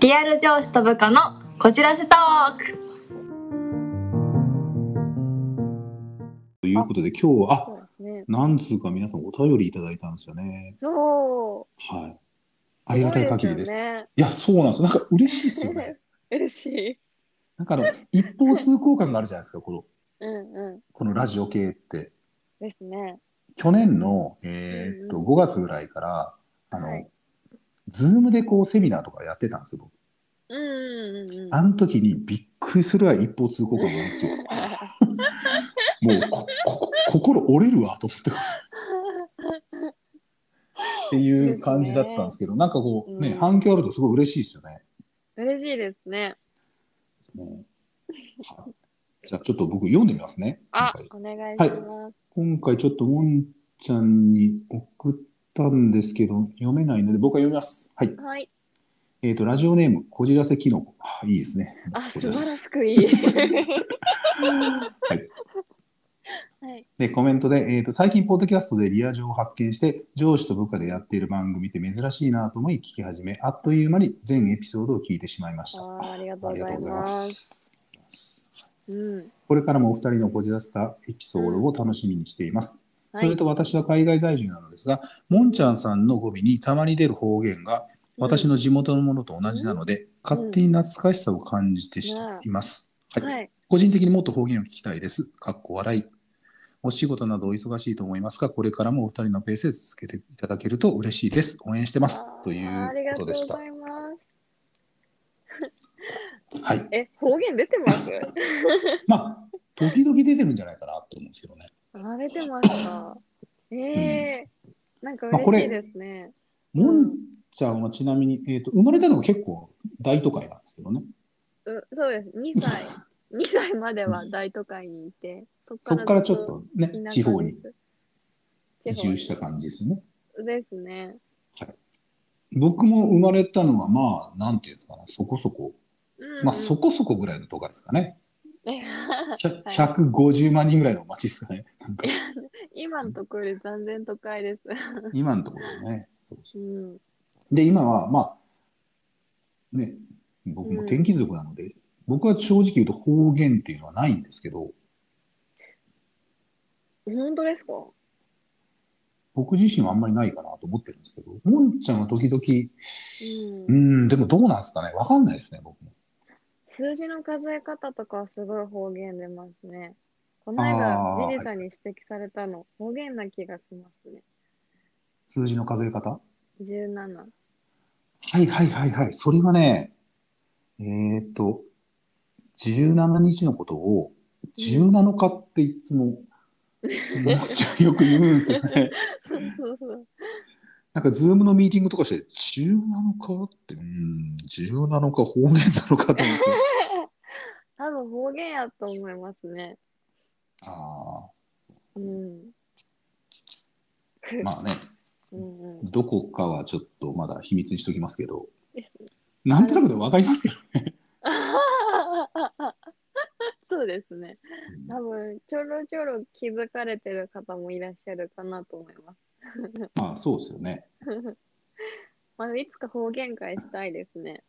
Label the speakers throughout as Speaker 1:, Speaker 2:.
Speaker 1: リアル上司と部下のこじらせトーク
Speaker 2: ということで、今日は、あ、
Speaker 3: そうですね。
Speaker 2: 何通か皆さんお便りいただいたんですよね。
Speaker 3: そう。
Speaker 2: はい。ありがたい限りです。
Speaker 3: すごいですよね
Speaker 2: いや、そうなんです。なんか嬉しいですよ ね。
Speaker 3: 嬉しい。
Speaker 2: なんかあの、一方通行感があるじゃないですか、この、
Speaker 3: うんう
Speaker 2: このラジオ系って。
Speaker 3: ん。ですね。
Speaker 2: 去年の、えーっと、
Speaker 3: うん
Speaker 2: 5月ぐらいから、あの、
Speaker 3: はい
Speaker 2: ズームでこうセミナーとかやってたんですよ、僕。
Speaker 3: うんうんうんうん。
Speaker 2: あの時にびっくりするぐらい一方通行感があるん ですよ。もうこ、こ、こ心折れるわ、と思って。っていう感じだったんですけど、なんかこう、ね、
Speaker 3: うん
Speaker 2: 反響あるとすごい嬉しいですよね。
Speaker 3: 嬉しいですね。
Speaker 2: ねはいじゃあちょっと僕読んでみますね。今
Speaker 3: あ
Speaker 2: 回、
Speaker 3: お願いします。
Speaker 2: 今回ちょっともんちゃんに送ったんですけど、読めないので僕は読みます。はい。
Speaker 3: はい。
Speaker 2: えっ、と、ラジオネーム、こじらせきのこ。あいいですね。
Speaker 3: あ、
Speaker 2: こ
Speaker 3: 素
Speaker 2: じらせ
Speaker 3: 晴らしくいい。
Speaker 2: はい。
Speaker 3: はい。
Speaker 2: で、コメントで、えっ、と、最近、ポッドキャストでリア上を発見して、上司と部下でやっている番組って珍しいなと思い聞き始め、あっという間に全エピソードを聞いてしまいました。
Speaker 3: あーありがとう
Speaker 2: あ
Speaker 3: ご
Speaker 2: りが
Speaker 3: ざ
Speaker 2: とう
Speaker 3: い
Speaker 2: ござい
Speaker 3: ま。
Speaker 2: ますす。
Speaker 3: うん。
Speaker 2: これからもお二人のこじらせたエピソードを楽しみにしています。
Speaker 3: は
Speaker 2: それ
Speaker 3: い。
Speaker 2: と私は海外在住なのですが、もんちゃんさんの語尾にたまに出る方言が私の地元のものと同じなので、勝手に懐かしさを感じてし
Speaker 3: ね
Speaker 2: います。はい。
Speaker 3: はい。
Speaker 2: 個人的にもっと方言を聞きたいです。かっこ笑い。お仕事などお忙しいと思いますが、これからもお二人のペースで続けていただけると嬉しいです。応援してます。とい
Speaker 3: あーあり
Speaker 2: う
Speaker 3: が
Speaker 2: ことと
Speaker 3: う
Speaker 2: で
Speaker 3: ご
Speaker 2: した。
Speaker 3: ざいます。
Speaker 2: はい。
Speaker 3: え、方言出てます。
Speaker 2: まあ、時々出てるんじゃないかなと思うんですけどね。
Speaker 3: あ、出てました。ええー。なんか
Speaker 2: まあこれ
Speaker 3: 嬉しいですね。
Speaker 2: もんちゃんはちなみに、えっ、と、生まれたのは結構大都会なんですけどね。
Speaker 3: うそうです。2歳。2歳 までは大都会にいて、そ
Speaker 2: そ
Speaker 3: こ
Speaker 2: こからちょっ
Speaker 3: ず
Speaker 2: とね
Speaker 3: 田舎で、す
Speaker 2: 地方に移
Speaker 3: 地方
Speaker 2: 住した感じですよね。
Speaker 3: ですね。
Speaker 2: 僕も生まれたのは、まあ、なんていうのかな、そこそこ。
Speaker 3: うん
Speaker 2: まあ、そこそこぐらいの都会ですかね。ひゃ
Speaker 3: はい
Speaker 2: 150万人ぐらいの街ですかね。なんか
Speaker 3: 今のところより残念都会です。
Speaker 2: 今のところね。そうそう
Speaker 3: うん、
Speaker 2: で、今は、まあ、ね、僕も天気族なので、僕は正直言うと方言っていうのはないんですけど、
Speaker 3: 本当ですか
Speaker 2: 僕自身はあんまりないかなと思ってるんですけど、もんちゃんは時々、
Speaker 3: う、
Speaker 2: うんん、でもどうなんですかね。わかんないですね、僕も。
Speaker 3: 数字の数え方とかはすごい方言出ますね。この間
Speaker 2: あー、
Speaker 3: ジリさんに指摘されたの、方言な気がしますね。
Speaker 2: 数字の数え方
Speaker 3: 17。
Speaker 2: はいはいはいはい。それはね、えーっと、17日のことを、17日っていつも、もうちょいよく言うんですよね。
Speaker 3: そうそう
Speaker 2: なんか、ズームのミーティングとかして、17日って、うーん、17日方言なのかと思って。
Speaker 3: 多分方言やと思いますね。
Speaker 2: ああ、
Speaker 3: うん。
Speaker 2: まあね、
Speaker 3: うん うん、
Speaker 2: どこかはちょっとまだ秘密にしときますけど
Speaker 3: です、
Speaker 2: なんとなくでわかりますけど。
Speaker 3: そうですね。多分ちょろちょろ気づかれてる方もいらっしゃるかなと思います。
Speaker 2: まあ、そうですよね。
Speaker 3: まあ、いつか方言会したいですね。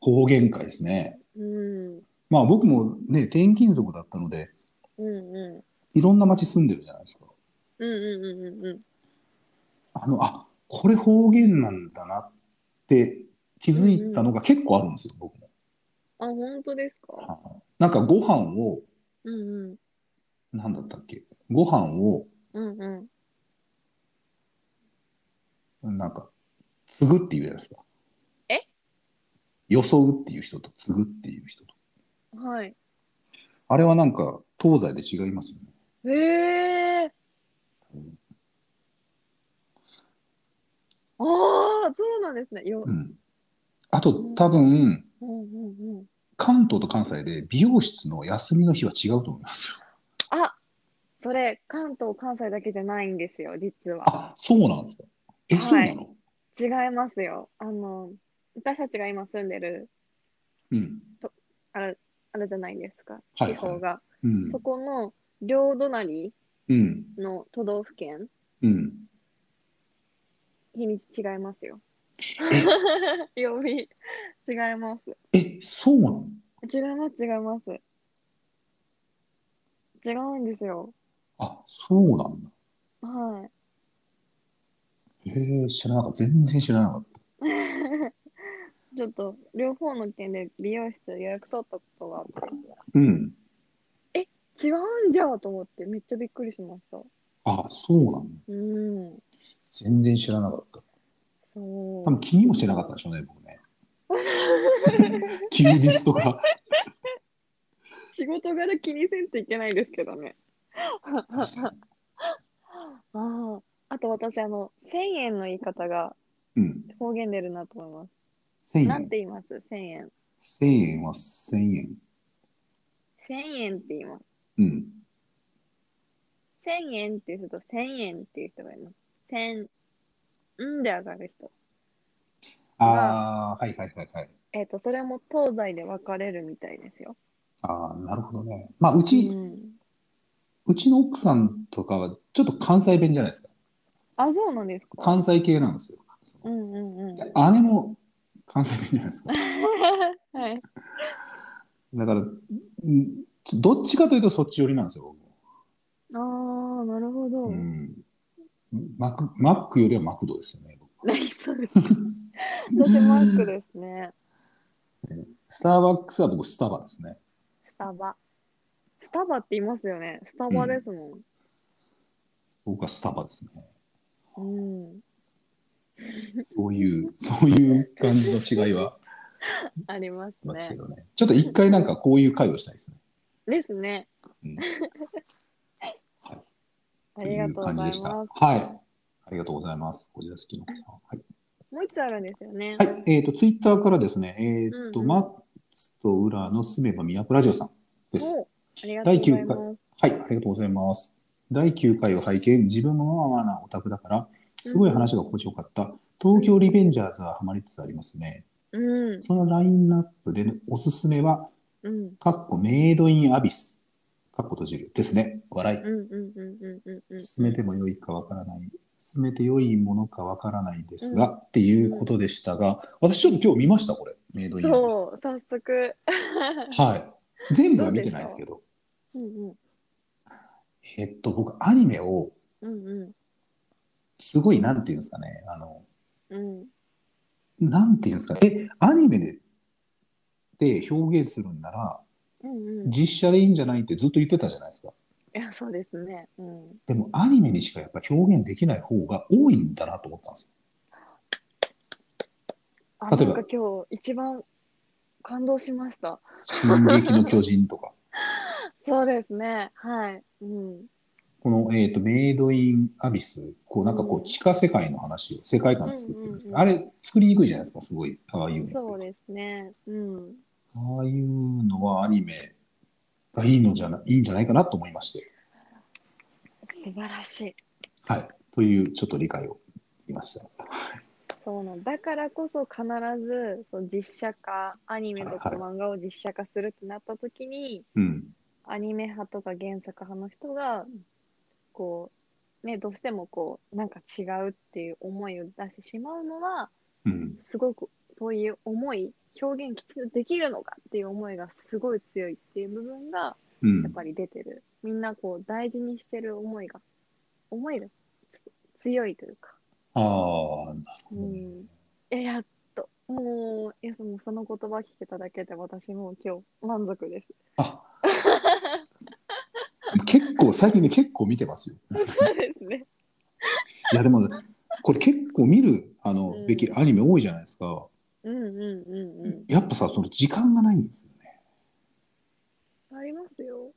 Speaker 2: 方言会ですね。
Speaker 3: うん。
Speaker 2: まあ、僕もね、転勤族だったので、
Speaker 3: うんう
Speaker 2: いろんな町住んでるじゃないですか。
Speaker 3: ん。うんうんうんうんうん。
Speaker 2: あの、あ、これ方言なんだなって気づいたのが結構あるんですよ、僕も。
Speaker 3: あ、本当ですか。
Speaker 2: はいなんかご飯を、
Speaker 3: うんうん。
Speaker 2: なんだったっけご飯を、
Speaker 3: うんうん。
Speaker 2: なんか、継ぐっていうじゃないですか。
Speaker 3: え
Speaker 2: 装うっていう人と、継ぐっていう人と。
Speaker 3: はい。
Speaker 2: あれはなんか、東西で違いますよね。
Speaker 3: へえ。ああ、そうなんですね。よ。
Speaker 2: うん。あと、多分、
Speaker 3: うんうんうん。
Speaker 2: 関東と関西で美容室の休みの日は違うと思いますよ。
Speaker 3: あ、それ関東関西だけじゃないんですよ。実は。
Speaker 2: あ、そうなんですか。え、
Speaker 3: はい
Speaker 2: そうなの
Speaker 3: 違いますよ。あの、私たちが今住んでる、
Speaker 2: うん。
Speaker 3: あれあれじゃないですか、
Speaker 2: はいはい
Speaker 3: 地方が。
Speaker 2: うん
Speaker 3: そ。この両隣
Speaker 2: うん。
Speaker 3: の都道府県、
Speaker 2: うん。
Speaker 3: 日にち違いますよ。 曜日違います。
Speaker 2: え、そうなの
Speaker 3: 違います違います。違うんですよ。
Speaker 2: あ、そうなんだ。
Speaker 3: はい。
Speaker 2: へえ、知らなかった。全然知らなかっ
Speaker 3: ちょっと両方の件で美容室予約取ったことがあって
Speaker 2: た。うん。
Speaker 3: 違うんじゃと思ってめっちゃびっくりしました。
Speaker 2: あ、そうなんだ。
Speaker 3: うん。
Speaker 2: 全然知らなかった。
Speaker 3: そう。
Speaker 2: 多分気にもしてなかったでしょうね、僕ね。休日とか。
Speaker 3: 仕事柄気にせんといけないですけどね。
Speaker 2: 確か
Speaker 3: ああ。あと私あの1000円の言い方が
Speaker 2: にうん。
Speaker 3: 方言出るなと思います。
Speaker 2: 1000
Speaker 3: なん
Speaker 2: 円。
Speaker 3: て言います1000円。
Speaker 2: 1000円は1000円。
Speaker 3: 1000円って言います。
Speaker 2: うん。
Speaker 3: 1000円っていう人と1000円っていう人がいます。1000、うんで上がる人。
Speaker 2: ああ、はいはいはいはい。
Speaker 3: えっ、と、それも東西で分かれるみたいですよ。
Speaker 2: ああ、なるほどね。まあ、うち、
Speaker 3: うん、
Speaker 2: うちの奥さんとかは、ちょっと関西弁じゃないですか。
Speaker 3: あ、そうなんですか。
Speaker 2: 関西系なんですよ。
Speaker 3: うんうんうん。
Speaker 2: 姉も関西弁じゃないですか。
Speaker 3: はい。
Speaker 2: だから、うんどっちかというとそっち寄りなんですよ、僕も
Speaker 3: ああ、なるほど。
Speaker 2: うん。マク、マックよりはマクドですよね、僕は
Speaker 3: 何それ。私マックですね。
Speaker 2: スターバックスは僕スタバですね。
Speaker 3: スタバ。スタバって言いますよね。スタバですも
Speaker 2: 僕はスタバですね。
Speaker 3: ん。うん。
Speaker 2: そういう、そういう感じの違いはあ
Speaker 3: あります
Speaker 2: りますけ
Speaker 3: ね。
Speaker 2: どね。ちょっと一回なんかこういう会をしたいですね。
Speaker 3: ですね。
Speaker 2: うん、はい。
Speaker 3: ありがとうござい
Speaker 2: という感じ
Speaker 3: ま。
Speaker 2: ですした
Speaker 3: も
Speaker 2: はい。ありがとうございます。こちら好きの子さん。はい。
Speaker 3: う一つあるんですよね。
Speaker 2: はい、えっ、と、ツイッターからですね、えっ、と、
Speaker 3: うんうん
Speaker 2: マッツと裏の住めば都ラジオさん
Speaker 3: お
Speaker 2: です。
Speaker 3: ありがとうござい
Speaker 2: 第
Speaker 3: ます。
Speaker 2: はい、ありがとうございます。第9回を拝見、自分もまあまあなオタクだから、すごい話が心地よかった。東京リベンジャーズはハマりつつありますね。
Speaker 3: うん。
Speaker 2: そのラインナップでのおすすめは、
Speaker 3: うん。
Speaker 2: かっこメイドインアビス、かっこ閉じるですね。笑い。
Speaker 3: うんうんうんうんうんうん。
Speaker 2: 進めても良いかわからない。進めて良いものかわからないですが、っていうことでしたが、私ちょっと今日見ました、これ。メイドインアビス。
Speaker 3: そう、早 速。
Speaker 2: はい。全部は見てないですけど、
Speaker 3: うんうん
Speaker 2: えっと、僕、アニメを、
Speaker 3: うんうん
Speaker 2: すごい、なんていうんですかね、あの、
Speaker 3: うん
Speaker 2: なんていうんですか、え、アニメで、で表現するんなら、
Speaker 3: うんうん。い
Speaker 2: 実写でいいんじゃないってずっと言ってたじゃないですか。
Speaker 3: や、そうですね。うん。
Speaker 2: でも、アニメにしかやっぱ表現できない方が多いんだなと思ったんです
Speaker 3: あ、
Speaker 2: 例
Speaker 3: な
Speaker 2: え
Speaker 3: ん
Speaker 2: ば
Speaker 3: か今日一番感動しました。
Speaker 2: よ。進撃の巨人とか。
Speaker 3: そうですね。はい。うん。
Speaker 2: この、えっ、と、メイドインアビス、こう、なんかこう、地下世界の話を、世界観作ってるんですけど、
Speaker 3: うん
Speaker 2: あれ、作りにくいじゃないですか、すごい、ああいうのって。
Speaker 3: そうですね。うん。
Speaker 2: ああいうのはアニメがいいのじゃな、いいんじゃないかなと思いまして。
Speaker 3: 素晴らしい。
Speaker 2: はい。という、ちょっと理解を得ました。はい
Speaker 3: そうなんだからこそ必ずそう実写化アニメとか
Speaker 2: はい
Speaker 3: 漫画を実写化するってなった時に、
Speaker 2: うん。
Speaker 3: アニメ派とか原作派の人がこうねどうしてもこうなんか違うっていう思いを出してしまうのは
Speaker 2: うん。
Speaker 3: すごくそういう思い表現きちんとできるのかっていう思いがすごい強いっていう部分が
Speaker 2: う
Speaker 3: やっ
Speaker 2: ん。
Speaker 3: ぱり出てる、みんなこう大事にしてる思いが思いがつ強いというか、
Speaker 2: ああ、なるほ
Speaker 3: う
Speaker 2: どね
Speaker 3: ん、いややっともういやそのその言葉聞けただけで私もう今日満足です
Speaker 2: あ結構、最近ね、結構見てますよ。
Speaker 3: そうですね
Speaker 2: いや、でも、これ結構見る、あの、
Speaker 3: うん
Speaker 2: べきアニメ多いじゃないですか。
Speaker 3: うんうんうんうん
Speaker 2: やっぱさ、その時間がないんですよね。
Speaker 3: ありますよ。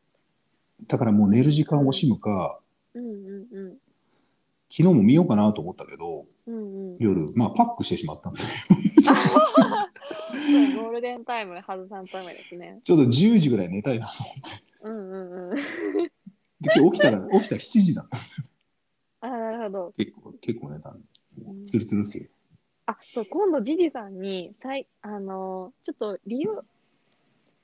Speaker 2: だからもう寝る時間を惜しむか、
Speaker 3: うんうんうん。
Speaker 2: 昨日も見ようかなと思ったけど、
Speaker 3: うんうん。
Speaker 2: 夜、まあ、パックしてしまったんで
Speaker 3: そうゴールデンタイム外さんためですね。
Speaker 2: ちょっと10時ぐらい寝たいなと思って。
Speaker 3: うんうんうん。
Speaker 2: で今日起きたら、 起きたら7時だった。
Speaker 3: あ、なるほど。
Speaker 2: 結構、結構寝たんで
Speaker 3: うん。
Speaker 2: ツルツルっすよ。
Speaker 3: あ、そう、今度ジジさんに、さい、あの、ちょっと利用。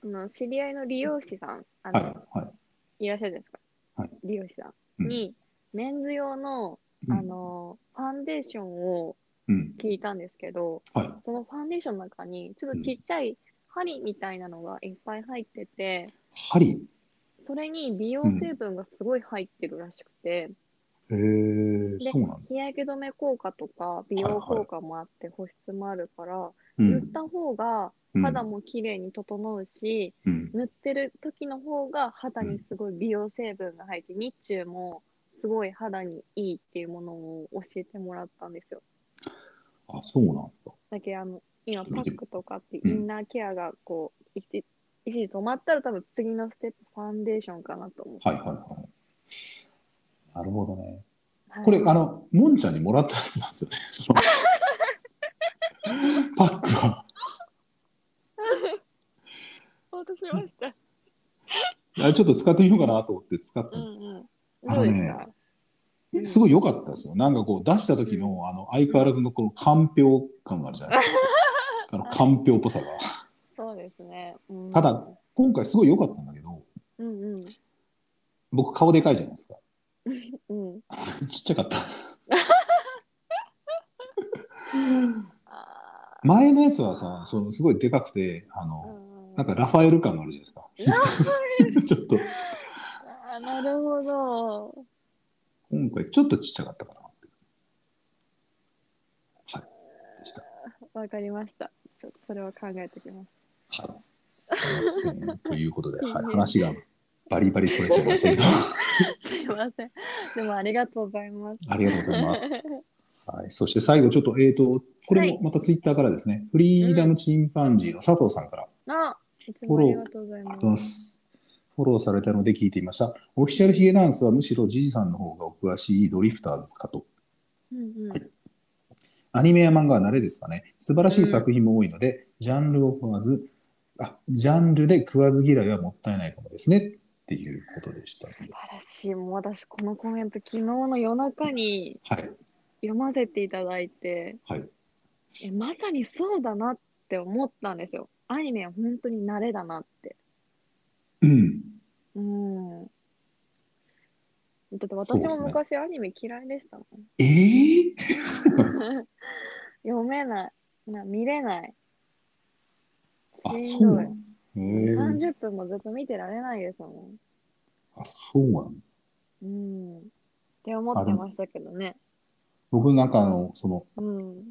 Speaker 3: あの、知り合いの理容師さん、あの、
Speaker 2: はい、はい。
Speaker 3: い、らっしゃるじゃないですか。
Speaker 2: はい
Speaker 3: 理容師さ
Speaker 2: うん
Speaker 3: んに、メンズ用の、
Speaker 2: うん
Speaker 3: あの、ファンデーションを
Speaker 2: うん。
Speaker 3: 聞いたんですけど、
Speaker 2: はい。
Speaker 3: そのファンデーションの中に、ちょっとちっちゃい針みたいなのがいっぱい入ってて、
Speaker 2: 針。
Speaker 3: それに美容成分がすごい入ってるらしくて、
Speaker 2: へえ
Speaker 3: で
Speaker 2: そうなんだ。
Speaker 3: 日焼け止め効果とか美容効果もあって保湿もあるから、
Speaker 2: う
Speaker 3: 塗っ
Speaker 2: ん。
Speaker 3: た方が肌も綺麗に整うし、
Speaker 2: うん。
Speaker 3: 塗ってる時の方が肌にすごい美容成分が入って、日中もすごい肌にいいっていうものを教えてもらったんですよ。
Speaker 2: あ、そうなんですか。
Speaker 3: だけどあの今
Speaker 2: ちょっと
Speaker 3: パ
Speaker 2: 見てみ
Speaker 3: ックとかってイ
Speaker 2: うん
Speaker 3: ンナーケアがこう、一一時止まったら多分次のステップファンデーションかなと思う。
Speaker 2: はいはいはい。なるほどね。
Speaker 3: はい
Speaker 2: これ、あの、のんちゃんにもらったやつなんですよね。 そのパックは。
Speaker 3: 渡しました。
Speaker 2: あちょっと使ってみようかなと思って使っ
Speaker 3: う
Speaker 2: て、
Speaker 3: んうん。
Speaker 2: あ
Speaker 3: ど
Speaker 2: の
Speaker 3: う
Speaker 2: ね
Speaker 3: ですか、うん
Speaker 2: すごい良かったですよ。なんかこう出した時の、あの、相変わらずのこのかんぴょう感があるじゃない ですか。あの、かんぴょうっぽさが。
Speaker 3: そうですね。うん、
Speaker 2: ただ、今回すごい良かったんだけど、
Speaker 3: うんうん。
Speaker 2: 僕顔でかいじゃないですか。
Speaker 3: うん。
Speaker 2: ちっちゃかった。
Speaker 3: あ
Speaker 2: 前のやつはさ、そのすごいでかくて、あ
Speaker 3: ーう
Speaker 2: の、
Speaker 3: ん
Speaker 2: なんかラファエル感があるじゃないですか。ちょっと、
Speaker 3: あーなるほど。
Speaker 2: 今回ちょっとちっちゃかったかなって。はい。でした。
Speaker 3: わかりました。ちょっとそれは考えておきます。
Speaker 2: はい。すいませんということで、はい
Speaker 3: いい、ね
Speaker 2: 話がバリバリそれちゃいましたけど、
Speaker 3: すいません。でもありがとうございます。
Speaker 2: ありがとうございます。はい。そして最後、ちょっと、えっ、と、これもまたツイッターからですね、フリーダムチンパンジーの佐藤さんから、
Speaker 3: あ、いつもありがとうござい
Speaker 2: ありがとう
Speaker 3: ま
Speaker 2: ご
Speaker 3: す
Speaker 2: ざい。ます。フォローされたので聞いていました。オフィシャルヒゲダンスはむしろジジさんの方がお詳しいドリフターズかと。
Speaker 3: うんうん。
Speaker 2: アニメや漫画は慣れですかね。素晴らしい作品も多いので、ジャンルを問わず、あ、ジャンルで食わず嫌いはもったいないかもですね。っていうことでした。
Speaker 3: 素晴らしい。もう私、このコメント、昨日の夜中に
Speaker 2: はい。
Speaker 3: 読ませていただいて、
Speaker 2: はい。
Speaker 3: えまさにそうだなって思ったんですよ。アニメは本当に慣れだなって。
Speaker 2: うん。
Speaker 3: うん。だって
Speaker 2: そう
Speaker 3: 私
Speaker 2: です
Speaker 3: も
Speaker 2: ね
Speaker 3: 昔アニメ嫌いでしたもん。
Speaker 2: ええ
Speaker 3: 読めない。な見れない。し
Speaker 2: あ、
Speaker 3: ん
Speaker 2: そう
Speaker 3: ど
Speaker 2: ないの。へえ。
Speaker 3: 30分もずっと見てられないですも
Speaker 2: あ、そうなの。
Speaker 3: ん。うん。って思ってましたけどね。
Speaker 2: 僕なんかあの、その、
Speaker 3: うん。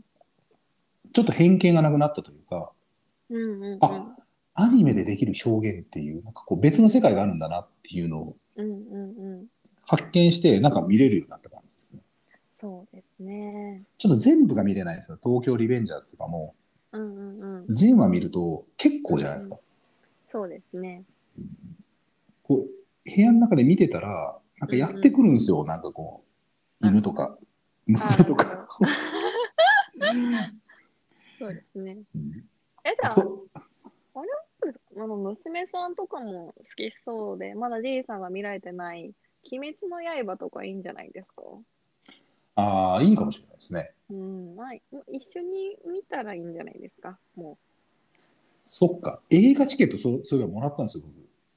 Speaker 2: ちょっと偏見がなくなったというか、
Speaker 3: うんうん
Speaker 2: あアニメでできる表現っていう、なんかこう別の世界があるんだなっていうのを
Speaker 3: うん。うんうんうん。
Speaker 2: 発見して、なんか見れるようになった感じですね。
Speaker 3: そうですね。
Speaker 2: ちょっと全部が見れないですよ。東京リベンジャーズとかも、
Speaker 3: うんうんうん。
Speaker 2: 全話見ると結構じゃないですか。
Speaker 3: そうですね。
Speaker 2: こう、部屋の中で見てたら、なんかやってくるんですよ。なんかこう、犬とか、娘とか。
Speaker 3: あー。なるほどそうですね。
Speaker 2: うん
Speaker 3: え、じゃあ、そ
Speaker 2: そう。
Speaker 3: うですあの娘さんとかも好きそうで、まだ D さんが見られてない、鬼滅の刃とかいいんじゃないですか
Speaker 2: ああ、いいかもしれないですね。
Speaker 3: うん、まあ、一緒に見たらいいんじゃないですか、も
Speaker 2: そっか。映画チケット、そうそういえばもらったんですよ、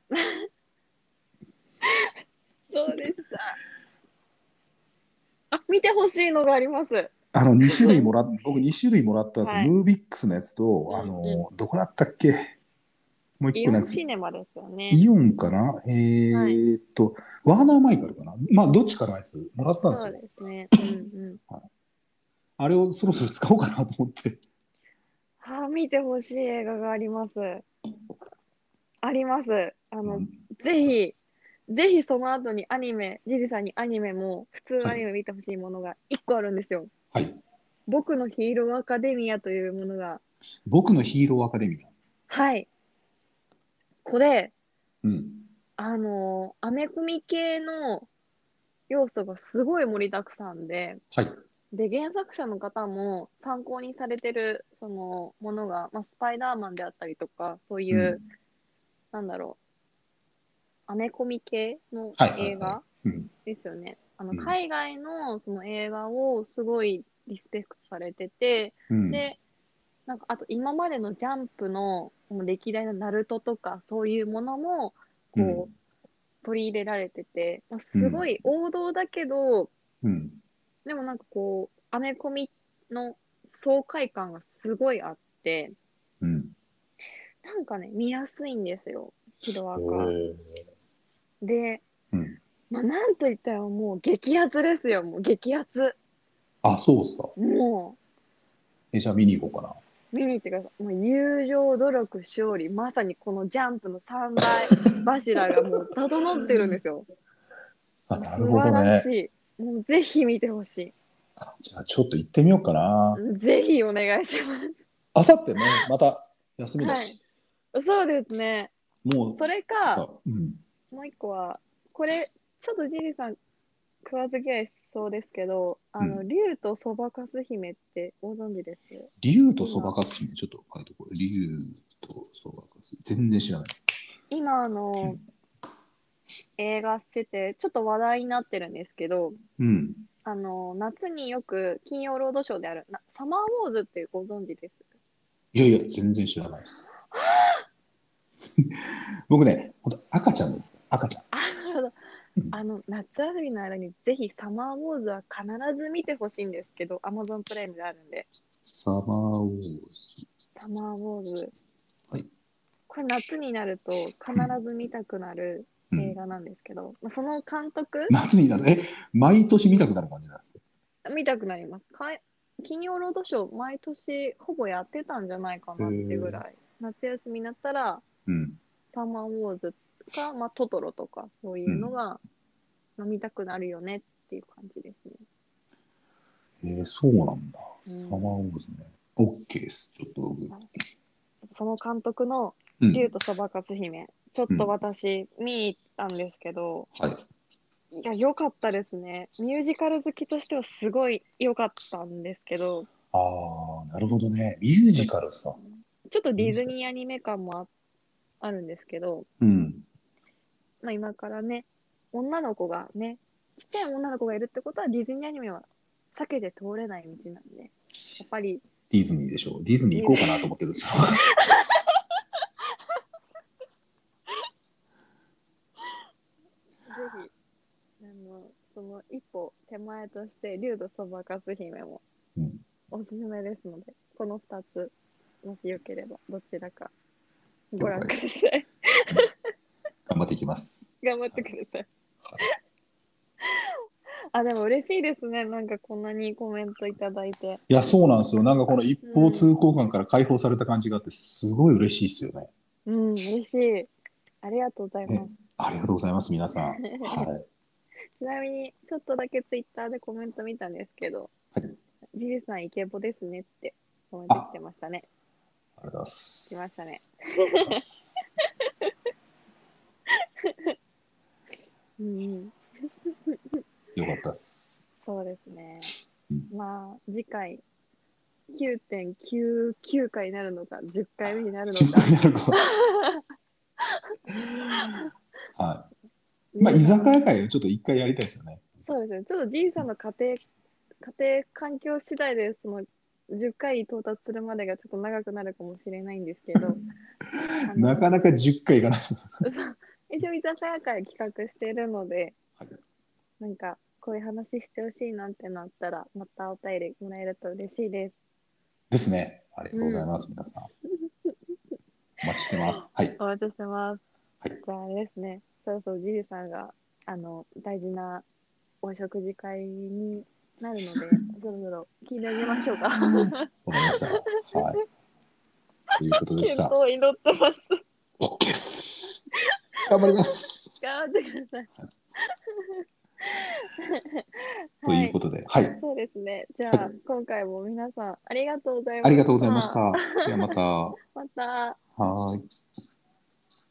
Speaker 2: 僕。
Speaker 3: う。そうでした。あ、見てほしいのがあります。
Speaker 2: あの、2種類もらっ、僕2種類もらったんですよ。
Speaker 3: はい
Speaker 2: ムービックスのやつと、あの、
Speaker 3: うん
Speaker 2: どこだったっけもう1
Speaker 3: イ
Speaker 2: 個
Speaker 3: オ
Speaker 2: のや
Speaker 3: ン
Speaker 2: つ。
Speaker 3: シネマですよね。
Speaker 2: イオンかなえ
Speaker 3: は
Speaker 2: ーっと、ワーナーマイカルかなまあ、どっちかのやつもらったんです
Speaker 3: そう
Speaker 2: よ。
Speaker 3: ですね。うんうん。
Speaker 2: あれをそろそろ使おうかなと思って。
Speaker 3: あ、見てほしい映画があります。あります。あの、
Speaker 2: うん
Speaker 3: ぜひ、ぜひその後にアニメ、ジジさんにアニメも、普通のアニメ見てほしいものが1個あるんですよ。
Speaker 2: はい。
Speaker 3: 僕のヒーローアカデミアというものが。
Speaker 2: 僕のヒーローアカデミア。
Speaker 3: はい。これ、
Speaker 2: うん。
Speaker 3: あのーアメコミ系の要素がすごい盛りだくさんで、
Speaker 2: はい。
Speaker 3: で、原作者の方も参考にされてる、その、ものが、まあ、スパイダーマンであったりとか、そういう、
Speaker 2: うん
Speaker 3: なんだろう、アメコミ系の
Speaker 2: はいはいはい
Speaker 3: 映画
Speaker 2: うん。
Speaker 3: ですよね。あの
Speaker 2: うん
Speaker 3: 海外のその映画をすごいリスペクトされてて、
Speaker 2: うん。
Speaker 3: で、なんかあと今までのジャンプのもう歴代のナルトとかそういうものもこう取り入れられてて、まあすごい王道だけど、
Speaker 2: うん。
Speaker 3: でもなんかこう、アメコミの爽快感がすごいあって、
Speaker 2: うん。
Speaker 3: なんかね、見やすいんですよ、ヒロア
Speaker 2: へ
Speaker 3: カ。
Speaker 2: ー
Speaker 3: で、
Speaker 2: うん
Speaker 3: まあ、なんと言ったらもう激アツですよ、もう激アツ。
Speaker 2: あ、そうですか。
Speaker 3: も
Speaker 2: え、じゃあ見に行こうかな。
Speaker 3: う、見に行ってください。もう友情、努力、勝利、まさにこのジャンプの3倍柱がもうたどのってるんですよ。
Speaker 2: あ、なる
Speaker 3: 素
Speaker 2: ほ
Speaker 3: 晴
Speaker 2: ど
Speaker 3: ら
Speaker 2: ね
Speaker 3: し。い。もうぜひ見てほし
Speaker 2: あじゃあちょっと行ってみようかな。
Speaker 3: い。ぜひお願いします。
Speaker 2: あさってね、また休みだし。
Speaker 3: そうですね。
Speaker 2: もう
Speaker 3: それ
Speaker 2: さ
Speaker 3: か、、
Speaker 2: うん。
Speaker 3: もう一個は、これ、ちょっとジリさん、食わず嫌いしそうですけど、あの、竜とそばかす姫ってご存知です
Speaker 2: 竜とそばかす姫、ちょっと書いてこう。竜とそばかす。全然知らないです。
Speaker 3: 今、あの、映画してて、ちょっと話題になってるんですけど、
Speaker 2: うん。
Speaker 3: あの、夏によく金曜ロードショーである、なサマーウォーズってご存知です
Speaker 2: いやいや、全然知らないです。 僕ね、本当赤ちゃんです。赤ちゃん。
Speaker 3: あなるほどあの夏休みの間にぜひサマーウォーズは必ず見てほしいんですけど Amazon プライムであるんで
Speaker 2: サマーウォーズ。
Speaker 3: サマーウォーズ、
Speaker 2: はい
Speaker 3: これ夏になると必ず見たくなる
Speaker 2: う
Speaker 3: 映
Speaker 2: ん、
Speaker 3: 画なんですけど、まあ、その監督
Speaker 2: 夏になる。え、毎年見たくなる感じなんですよ。
Speaker 3: 見たくなりますか金曜ロードショー毎年ほぼやってたんじゃないかなってぐらい夏休みになったら
Speaker 2: うん。
Speaker 3: サマーウォーズか、まあ、トトロとかそういうのが、まあ見たくなるよねっていう感じですね
Speaker 2: えーそうなん
Speaker 3: う
Speaker 2: だ。
Speaker 3: ん
Speaker 2: サマーウォーズね。オッケーです。ちょっと僕。
Speaker 3: ちょっとその監督の
Speaker 2: うん。
Speaker 3: 竜とそばかす姫、ちょっと私、見に行ったんですけど、
Speaker 2: はい。
Speaker 3: いや、良かったですね。ミュージカル好きとしてはすごい良かったんですけど、
Speaker 2: ああ、なるほどね。ミュージカルさ。
Speaker 3: ちょっとディズニーアニメ感もああるんですけど、
Speaker 2: うん。
Speaker 3: まあ、今からね、女の子がね、ちっちゃい女の子がいるってことは、ディズニーアニメは避けて通れない道なんで、やっぱり、
Speaker 2: ディズニーでしょ。ディズニー行こうかなと思ってるんですよ。
Speaker 3: ぜひ、あの、その一歩手前として、竜とそばかす姫も
Speaker 2: うん
Speaker 3: おすすめですので、この2つ、もしよければ、どちらかご覧ください。
Speaker 2: 頑張っていきます。
Speaker 3: 頑張ってください
Speaker 2: は。
Speaker 3: あ、でも嬉しいですね。なんかこんなにコメントいただいて。
Speaker 2: いや、そうなんですよ。なんかこの一方通行感から解放された感じがあって、すごい嬉しいですよね。
Speaker 3: うん、嬉しい。ありがとうございます。
Speaker 2: ありがとうございます、皆さん。はい。
Speaker 3: ちなみに、ちょっとだけツイッターでコメント見たんですけど、
Speaker 2: はい
Speaker 3: ジリさんイケボですねってコメント来てましたね。
Speaker 2: ありがとうございます。
Speaker 3: 来ましたね
Speaker 2: ありがとうございます。
Speaker 3: うんうん、
Speaker 2: よかったっす。
Speaker 3: そうですね
Speaker 2: うん。
Speaker 3: まあ、次回、9.99回になるのか、10回目になる
Speaker 2: 心
Speaker 3: のか。
Speaker 2: 配になるか。 はい。まあ、居酒屋会をちょっと一回やりたいですよね。
Speaker 3: そうですね。ちょっとじいさんの家庭、家庭環境次第で、その、10回到達するまでがちょっと長くなるかもしれないんです けど、あの
Speaker 2: なかなか10回いかないです。
Speaker 3: 一応居酒屋会企画してるので、
Speaker 2: はい
Speaker 3: なんか、こういう話してほしいなってなったら、またお便りもらえると嬉しいです。
Speaker 2: ですね。ありがとうございます、皆さん。お待ちしてます。はい。
Speaker 3: お待ちしてます。
Speaker 2: はい
Speaker 3: じゃああれですね、そろそろジリさんが、あの、大事なお食事会になるので、そろそろ聞いてあげましょうか。
Speaker 2: わかりました。はい。ということで
Speaker 3: 健
Speaker 2: した
Speaker 3: 闘。を祈ってます。
Speaker 2: オッケーです。頑張ります。
Speaker 3: 頑張ってください。
Speaker 2: ということで、はい。
Speaker 3: そうですね。じゃ
Speaker 2: は
Speaker 3: あ、今回も皆さんありがとうございました。
Speaker 2: ありがとうございました。ではまた。は
Speaker 3: また。
Speaker 2: ーい。